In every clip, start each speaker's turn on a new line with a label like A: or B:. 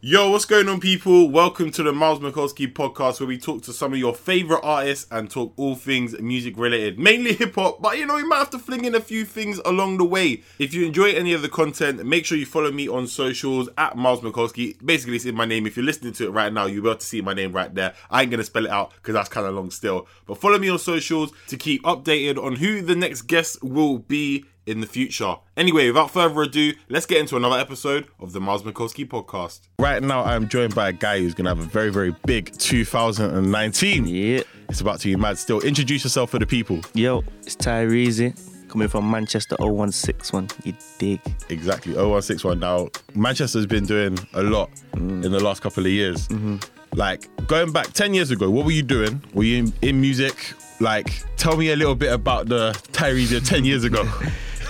A: Yo, what's going on, people? Welcome to the Miles Mikulski podcast, where we talk to some of your favorite artists and talk all things music related, mainly hip hop. But you know, you might have to fling in a few things along the way. If you enjoy any of the content, make sure you follow me on socials at Miles Mikulski. Basically, it's in my name. If you're listening to it right now, you'll be able to see my name right there. I ain't gonna spell it out because that's kind of long still. But follow me on socials to keep updated on who the next guest will be. In the future. Anyway, without further ado, let's get into another episode of the Miles Mikulski podcast. Right now, I'm joined by a guy who's going to have a very, very big 2019.
B: Yeah.
A: It's about to be mad still. Introduce yourself for the people.
B: Yo, it's Tyrese coming from Manchester 0161. You dig?
A: Exactly. 0161. Now, Manchester's been doing a lot in the last couple of years. Like, going back 10 years ago, what were you doing? Were you in, in music? Like, tell me a little bit about the Tyrese of 10 years ago.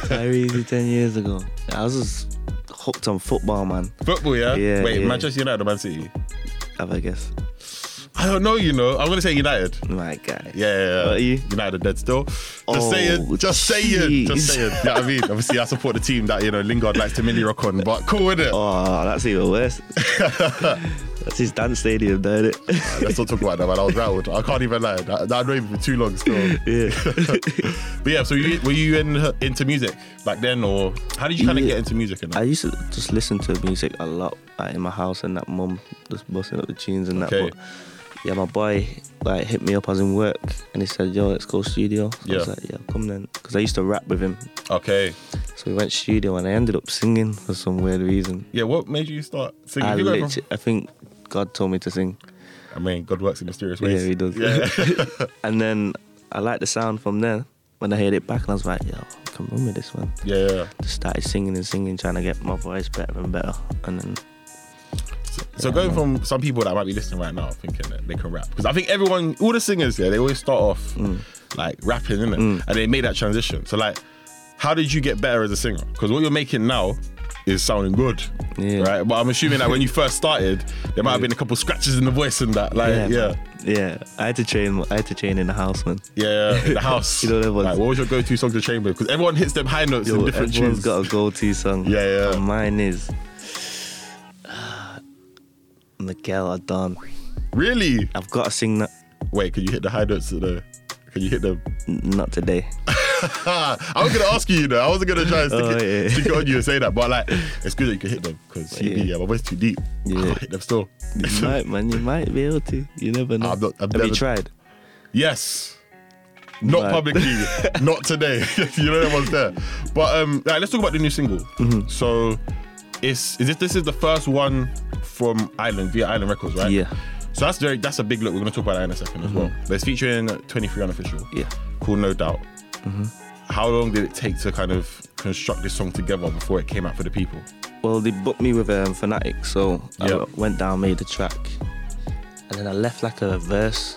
B: Tyrese 10 years ago. I was just hooked on football, man.
A: Football, yeah?
B: Yeah,
A: Wait,
B: yeah.
A: Manchester United or Man City?
B: Have I guess.
A: I don't know, you know. I'm going to say United.
B: My
A: Yeah,
B: guy.
A: yeah, yeah.
B: What are you?
A: United are dead still. Just
B: Oh,
A: saying, just saying, just
B: jeez.
A: saying. You know what I mean? Obviously, I support the team that, you know, Lingard likes to milli rock on, but cool, with it?
B: Oh, that's even worse. that's his dance stadium, don't it?
A: Let's not talk about that, man. I was rattled. I can't even lie. That, that drove me too long still.
B: yeah.
A: But yeah, so you, were you in, into music back then, or how did you kind of
B: Yeah.
A: get into music? And
B: I
A: that?
B: used to just listen to music a lot like in my house and that mum just busting up the tunes and
A: Okay.
B: that. But yeah, my boy like hit me up. I was in work and he said, "Yo, let's go studio." So I was
A: Yeah.
B: like, "Yeah, come then," because I used to rap with him.
A: okay,
B: So we went studio and I ended up singing for some weird reason.
A: yeah. What made you start singing?
B: I
A: If you go
B: literally, I think God told me to sing.
A: from- I mean, God works in mysterious
B: Yeah,
A: ways.
B: he does.
A: Uh.
B: and then I liked the sound from there. When I heard it back, and I was like, "Yo, I can run with this one."
A: Yeah, yeah.
B: Just started singing and singing, trying to get my voice better and better. And then
A: So
B: Yeah,
A: going
B: man.
A: from some people that might be listening right now thinking that they can rap because I think everyone, all the singers here, they always start off
B: Mm.
A: like rapping, innit? And they made that transition. So like, how did you get better as a singer? Because what you're making now is sounding good,
B: Yeah.
A: right? But I'm assuming that when you first started, there might have been a couple scratches in the voice and that, like, yeah, Uh, yeah,
B: man. yeah. I had to train. I had to train in the house, man.
A: in the house.
B: You know them ones.
A: like, what was your go-to song to train with? Because everyone hits them high notes in
B: Yo,
A: different
B: everyone's
A: tunes.
B: got a go-to song.
A: Yeah, yeah.
B: And mine is Miguel Adon.
A: really?
B: I've got to sing that.
A: Wait, can you hit the high notes? Of the, can you hit them?
B: N- Not today.
A: Ah, I was gonna ask you, you know, I wasn't gonna try and stick,
B: Oh,
A: it,
B: yeah.
A: stick it on you and say that, but like, it's good that you can hit them because yeah.
B: Yeah.
A: my voice too deep. I
B: Yeah.
A: can't hit them still.
B: You might, man. You might be able to. You never know.
A: I've not- I've
B: Have
A: never-
B: you tried?
A: yes, not
B: Right.
A: publicly, not today. you know, that one's there. But um, like, let's talk about the new single.
B: Mm-hmm.
A: So, it's is this this is the first one from Island via Island Records, right?
B: Yeah. Mm-hmm.
A: So that's very that's a big look. We're gonna talk about that in a 2nd as well. But it's featuring 23 unofficial.
B: Yeah. Mm-hmm.
A: Cool, no doubt. How long did it take to kind of construct this song together before it came out for the people?
B: Well, they booked me with um, Fnatic, so
A: Yeah.
B: I went down, made the track, and then I left like a verse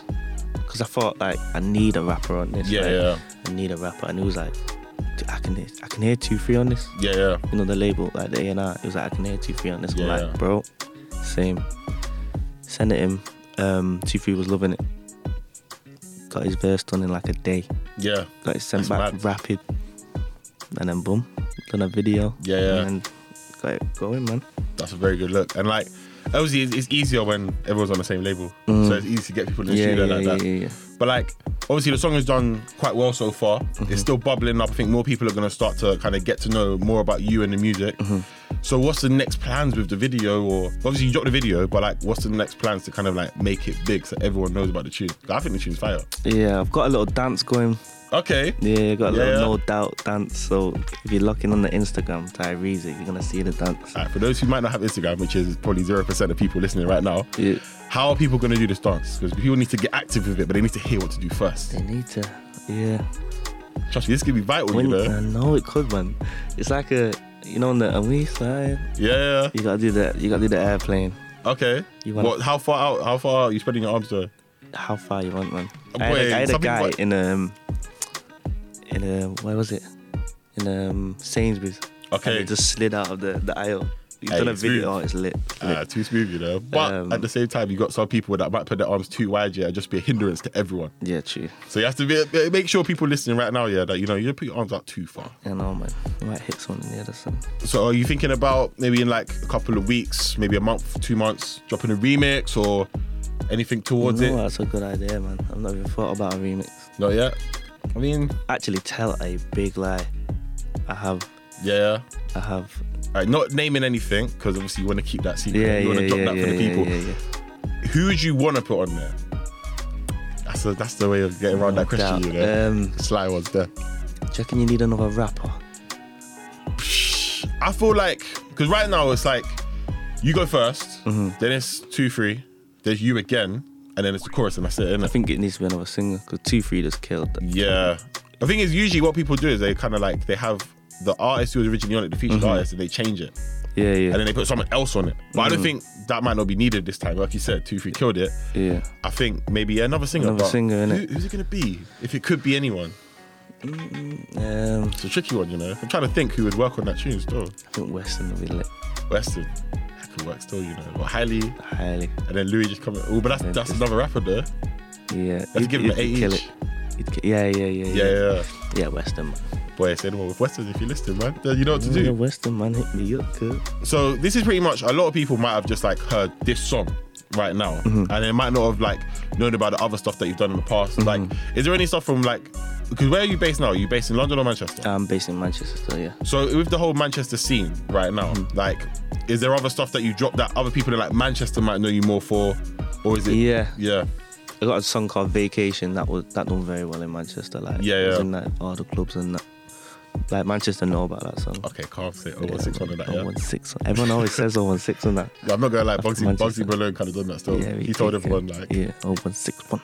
B: because I thought like I need a rapper on this.
A: Yeah,
B: like,
A: yeah.
B: I need a rapper, and he was like, "Dude, I can, I can hear two three on this.
A: Yeah, yeah.
B: You know the label, like the A and R. He was like, I can hear two three on this.
A: Yeah,
B: I'm
A: yeah.
B: like, bro, same. Send it him. Um, two three was loving it. Got his verse done in like a day.
A: Yeah.
B: Got it sent
A: That's
B: back
A: mad.
B: rapid, and then boom, done a video.
A: Yeah, yeah.
B: And then got it going, man.
A: That's a very good look. And like obviously it's, it's easier when everyone's on the same label. So it's easy to get people in the studio like that.
B: yeah,
A: But like obviously the song has done quite well so far.
B: Mm-hmm.
A: It's still bubbling up. I think more people are gonna start to kind of get to know more about you and the music.
B: Mm-hmm.
A: So what's the next plans with the video or obviously you dropped the video, but like what's the next plans to kind of like make it big so everyone knows about the tune? I think the tune's fire.
B: yeah. Yeah, I've got a little dance going.
A: Okay.
B: Yeah, I've got a little
A: Yeah.
B: no doubt dance. So if you're looking on the Instagram, Tyrese, you're gonna see the dance.
A: All right, for those who might not have Instagram, which is probably zero percent of people listening right now,
B: Yeah.
A: how are people going to do this dance? Because people need to get active with it, but they need to hear what to do first.
B: They need to, yeah.
A: Trust me, this could be vital,
B: When,
A: you
B: I
A: know.
B: know it could, man. It's like a, you know, on the on east side,
A: Yeah.
B: you gotta do that. You gotta do the airplane.
A: Okay.
B: You wanna-
A: What? How far out? How far out are you spreading your arms though?
B: How far you want, man?
A: Oh,
B: I had
A: boy,
B: a, I had a
A: some people
B: guy
A: like-
B: in um, in uh, um, where was it? In um, Sainsbury's.
A: Okay.
B: And he just slid out of the the aisle. He's
A: Hey,
B: done a
A: it's
B: video.
A: smooth.
B: Oh, it's lit.
A: Uh, too smooth, you know. But
B: Um,
A: at the same time, you got some people that might put their arms too wide, yeah, and just be a hindrance to everyone.
B: yeah, true.
A: So you have to be, make sure people listening right now, yeah, that you know you don't put your arms out too far.
B: You know, man. You might hit someone in the other side.
A: So are you thinking about maybe in like a couple of weeks, maybe a month, two months, dropping a remix or anything towards
B: No,
A: it?
B: that's a good idea, man. I've not even thought about a remix.
A: Not yet. I mean,
B: Actually, tell a big lie. I have,
A: yeah.
B: I have.
A: All right, not naming anything because obviously you want to keep that secret. you
B: Yeah, yeah,
A: want to
B: yeah,
A: drop
B: yeah,
A: that for the
B: yeah,
A: people.
B: yeah, yeah.
A: Who would you want to put on there? That's the that's the way of getting around that
B: No
A: question, you
B: doubt.
A: know.
B: Um,
A: Sly was there.
B: do you reckon you need another rapper?
A: I feel like because right now it's like you go 1st
B: Mm-hmm.
A: then it's two, three, there's you again, and then it's the chorus, and that's it,
B: I
A: innit?
B: think it needs to be another singer because Two Three just killed.
A: Yeah. I think it's usually what people do is they kind of like they have the artist who was originally on it, the featured artist, and they change it,
B: Yeah, Mm-hmm. yeah, Mm-hmm.
A: and then they put someone else on it. But I don't think that might not be needed this time. Like you said, two, three killed it.
B: yeah.
A: I think maybe yeah, another singer.
B: Another
A: but
B: singer, innit?
A: who- Who's it gonna be? If it could be anyone,
B: Um,
A: it's a tricky one, you know. I'm trying to think who would work on that tune still.
B: I think Weston will be lit
A: Weston, that could work still, you know. But Hailey,
B: highly.
A: And then Louis just coming. Oh, but that's
B: Yeah,
A: that's
B: just-
A: another rapper though.
B: Yeah,
A: Let's give him an eight
B: kill
A: each.
B: it. He'd ki- yeah, yeah, yeah,
A: Yeah,
B: yeah,
A: yeah. yeah.
B: yeah. Weston, man.
A: Boy, it's anyone with Western if you're listening, man. Then You know what to
B: Yeah,
A: do.
B: Weston, man, hit me up, good.
A: So this is pretty much a lot of people might have just like heard this song right now,
B: Mm-hmm.
A: and they might not have like known about the other stuff that you've done in the past.
B: Mm-hmm.
A: Like, is there any stuff from like? Because where are you based now? Are you based in London or Manchester?
B: I'm based in Manchester, so yeah.
A: So with the whole Manchester scene right now,
B: Mm.
A: like, is there other stuff that you dropped that other people in like Manchester might know you more for, or is it?
B: Yeah.
A: yeah.
B: I got a song called Vacation that was that done very well in Manchester. Like
A: Yeah,
B: it was
A: yeah.
B: in like all the clubs and that. Like Manchester know about that song.
A: Okay, can't say. Oh, what's it called? That, yeah.
B: 016. Everyone always says 016 on that.
A: Yeah, I'm not gonna lie, Bugsy,
B: Manchester.
A: Bugsy Malone kind of done that still.
B: Yeah, we
A: Oh, he told
B: take it.
A: everyone like,
B: Yeah, 0161.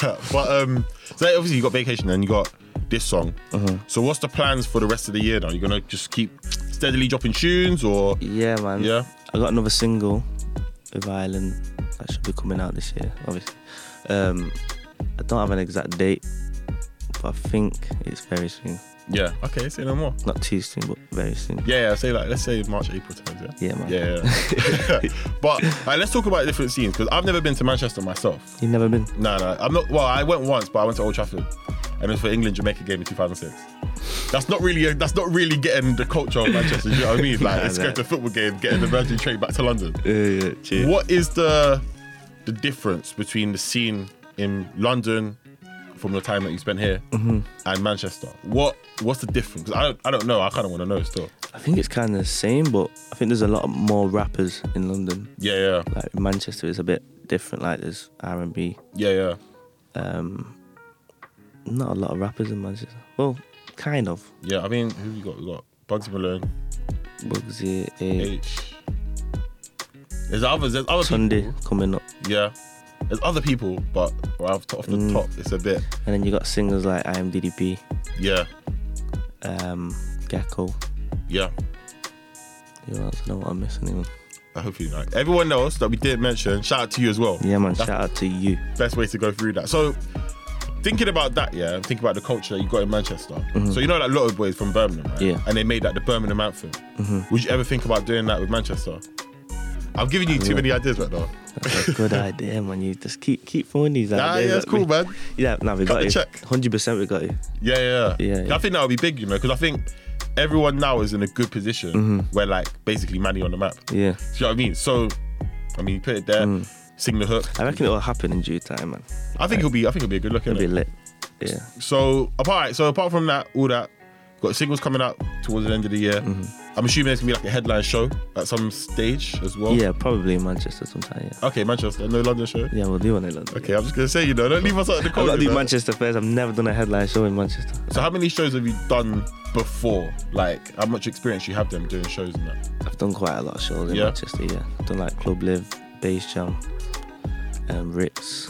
A: but um, so obviously you got vacation and you got this song.
B: Uh-huh.
A: So what's the plans for the rest of the year now? You're gonna just keep steadily dropping tunes or
B: Yeah, man.
A: Yeah.
B: I got another single with Ireland that should be coming out this year, obviously. Um, I don't have an exact date, but I think it's very soon.
A: yeah? Okay, say no more.
B: Not too soon, but very soon.
A: Yeah, yeah, say like let's say March, April times. Yeah,
B: Yeah, man.
A: yeah. yeah, yeah. but like, let's talk about different scenes because I've never been to Manchester myself.
B: You've never been?
A: No, no, I'm not. Well, I went once, but I went to Old Trafford, and it was for England Jamaica game in 2006. That's not really. that's not really getting the culture of Manchester. you know what I mean? Like
B: Nah,
A: it's
B: nah.
A: going to a football game, getting the Virgin train back to London.
B: Yeah, yeah, cheers.
A: What is the the difference between the scene in London from the time that you spent here
B: Mm-hmm.
A: and Manchester? What what's the difference? 'Cause I don't I don't know. I kind of want to know still.
B: I think it's kind of the same, but I think there's a lot more rappers in London.
A: Yeah, yeah,
B: Like Manchester is a bit different. Like there's R&B.
A: yeah, yeah.
B: Um, not a lot of rappers in Manchester. Well, kind of.
A: Yeah, I mean, who we got? We got Bugsy Malone,
B: Bugsy, eh,
A: H. There's others. There's other
B: Sunday
A: people.
B: coming up.
A: Yeah, there's other people, but right off, off the
B: Mm.
A: top, it's a bit.
B: And then you got singers like IMDDP,
A: Yeah,
B: um, Gecko.
A: yeah.
B: You know, I don't know what I'm missing. Even.
A: I hope you know. Everyone else that we did mention, shout out to you as well.
B: Yeah, man.
A: That's
B: Shout out to you.
A: best way to go through that. So thinking about that, yeah, and thinking about the culture that you got in Manchester. So you know that a lot of boys from Birmingham, right?
B: Mm-hmm. Yeah. Mm-hmm.
A: And they made that the Birmingham anthem. Would you ever think about doing that with Manchester? I've given you too many ideas right now.
B: That's a good idea, man. You just keep keep throwing these
A: Nah,
B: ideas.
A: yeah, it's
B: at
A: cool,
B: me.
A: man.
B: Yeah, no, we
A: Cut
B: got
A: the
B: you.
A: check.
B: Hundred percent, we got you.
A: Yeah, yeah,
B: Yeah, yeah.
A: I think that would be big, you know, because I think everyone now is in a good position
B: Mm-hmm.
A: where like basically money on the map. Do
B: Yeah,
A: you know what I mean? So I mean, you put it there,
B: Hmm.
A: sing the hook.
B: I reckon it will happen in due time, man.
A: I think it'll be, I think it'll be a good look.
B: It'll
A: innit?
B: be lit. Yeah,
A: So apart, so apart from that, all that, got singles coming out towards the end of the year.
B: Mm-hmm.
A: I'm assuming it's gonna be like a headline show at some stage as well.
B: yeah, probably in Manchester sometime. Yeah,
A: Okay, Manchester, no London show.
B: yeah, we'll do one in London.
A: Oh. Okay, I'm just gonna say, you know, don't leave us out of the
B: I've
A: cold.
B: got to
A: you
B: do
A: know?
B: Manchester first. I've never done a headline show in Manchester.
A: So how many shows have you done before? Like, how much experience you have them doing shows and that?
B: I've done quite a lot of shows in
A: Yeah.
B: Manchester. Yeah, I've done like Club Live, Bass Jam, um, Ritz,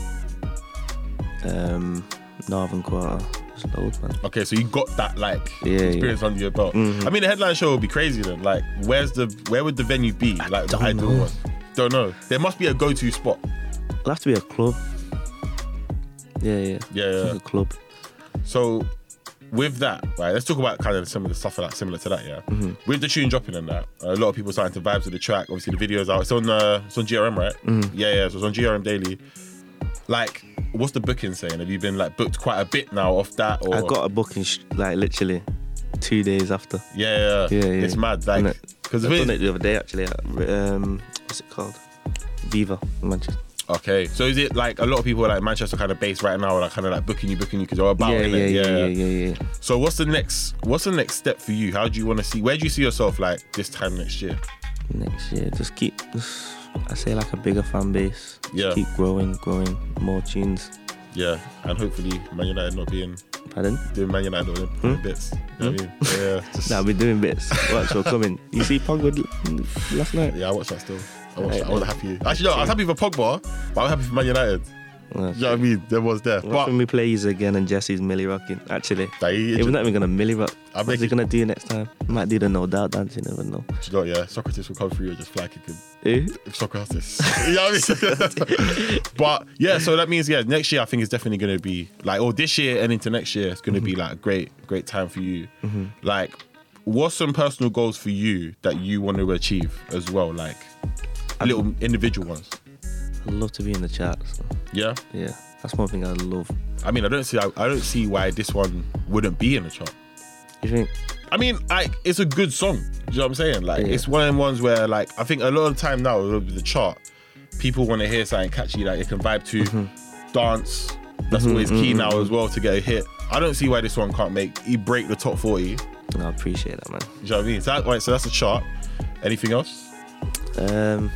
B: um, Northern Quarter. Just loads, man.
A: Okay, so you got that like
B: Yeah, Mm-hmm. yeah.
A: experience under your belt. I mean, the headline show would be crazy then. Like, where's the where would the venue be? Like, the
B: don't
A: ideal
B: know.
A: one. Don't know. There must be a go-to spot.
B: It'll have to be a club. Yeah, yeah.
A: Yeah,
B: It's
A: yeah.
B: like a club.
A: So with that, right? Let's talk about kind of some of the stuff like similar to that, yeah.
B: Mm-hmm.
A: With the tune dropping and that, a lot of people starting to vibes with the track. Obviously, the video's out. It's on uh, it's on GRM, right?
B: Mm-hmm.
A: Yeah, yeah. So it's on GRM daily. Like, what's the booking saying? Have you been like booked quite a bit now off that? Or
B: I got a booking sh- like literally two days after.
A: yeah, yeah,
B: Yeah, yeah.
A: It's mad, like because
B: because I done it the other day actually. At, um, what's it called? Viva in Manchester.
A: Okay, so is it like a lot of people are like Manchester kind of based right now, are like kind of like booking you, booking you because you're about
B: Yeah,
A: it?
B: yeah, yeah, yeah, yeah, yeah.
A: So what's the next? What's the next step for you? How do you want to see? Where do you see yourself like this time next year?
B: Next year, just keep. Just, I say like a bigger fan base. Just
A: Yeah.
B: Keep growing, growing. More tunes.
A: Yeah, and hopefully Man United not being
B: Pardon?
A: doing Man United doing
B: Hmm?
A: bits. You know what I mean? Yeah, just-
B: Nah, we're doing bits. Watch, we're coming. You see Pogba l- last night?
A: yeah, I watched that still. I, watched that. I was happy. Actually, no, I was happy for Pogba, but I was happy for Man United.
B: Yeah.
A: You know what I mean? There was there,
B: Watch
A: but
B: when we play Ease again and Jesse's milli rocking. Actually,
A: Like, he-
B: he was not even gonna milli rock.
A: I
B: What's
A: make
B: he
A: it-
B: gonna do next time? Might do the no doubt dance. You never know.
A: you know, yeah, Socrates will come through and just fly kick him.
B: Eh?
A: if Socrates. you know what I mean? but yeah, so that means yeah, next year I think it's definitely going to be like, or this year and into next year, it's going to be like a great, great time for you. Like, what's some personal goals for you that you want to achieve as well? Like, little individual ones.
B: I'd love to be in the charts.
A: Yeah,
B: Yeah, that's one thing I love.
A: I mean, I don't see, I, I don't see why this one wouldn't be in the chart.
B: You think?
A: I mean, like it's a good song. Do you know what I'm saying? Like
B: Yeah.
A: it's one of them ones where like I think a lot of the time now with the chart, people want to hear something catchy like they can vibe to,
B: Mm-hmm.
A: dance. That's always key now as well to get a hit. I don't see why this one can't make he break the top forty. Do
B: No, I appreciate that, man.
A: you know what I mean? So, that, right, so that's the chart. Anything else?
B: Um,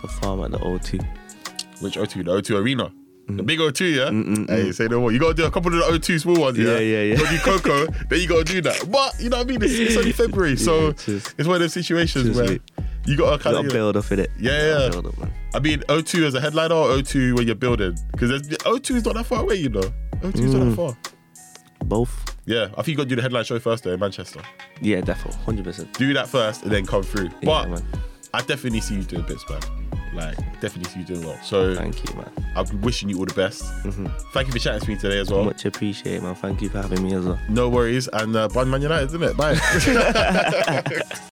B: perform at the O2.
A: Which O2? The O2 Arena.
B: Mm-hmm.
A: The big O2, yeah? Hey, say no more. You gotta do a couple of the O2 small ones, yeah?
B: Yeah, yeah, yeah.
A: You gotta do Coco, then you gotta do that. But you know what I mean? It's, it's only February, so
B: Yeah, cheers.
A: it's one of those situations
B: Cheers,
A: where
B: mate.
A: you gotta kind
B: Got to
A: of
B: build off with it.
A: Oh, Yeah,
B: Gotta
A: yeah.
B: Build up, man.
A: I mean, O2 as a headliner or O2 when you're building? Because O2 is not that far away, you know. O2 is
B: Hmm.
A: not that far.
B: Both.
A: Yeah, I think you got to do the headline show first, though, in Manchester.
B: Yeah, definitely, hundred percent.
A: Do that first and then come through.
B: Yeah,
A: But
B: man.
A: I definitely see you doing bits, man. Like, definitely see you doing well. So
B: Thank you, Mm-hmm. man.
A: I'm wishing you all the best. Thank you for chatting to me today as well.
B: Much appreciated, man. Thank you for having me as well.
A: No worries. And uh, Bun Man United, isn't it? Bye.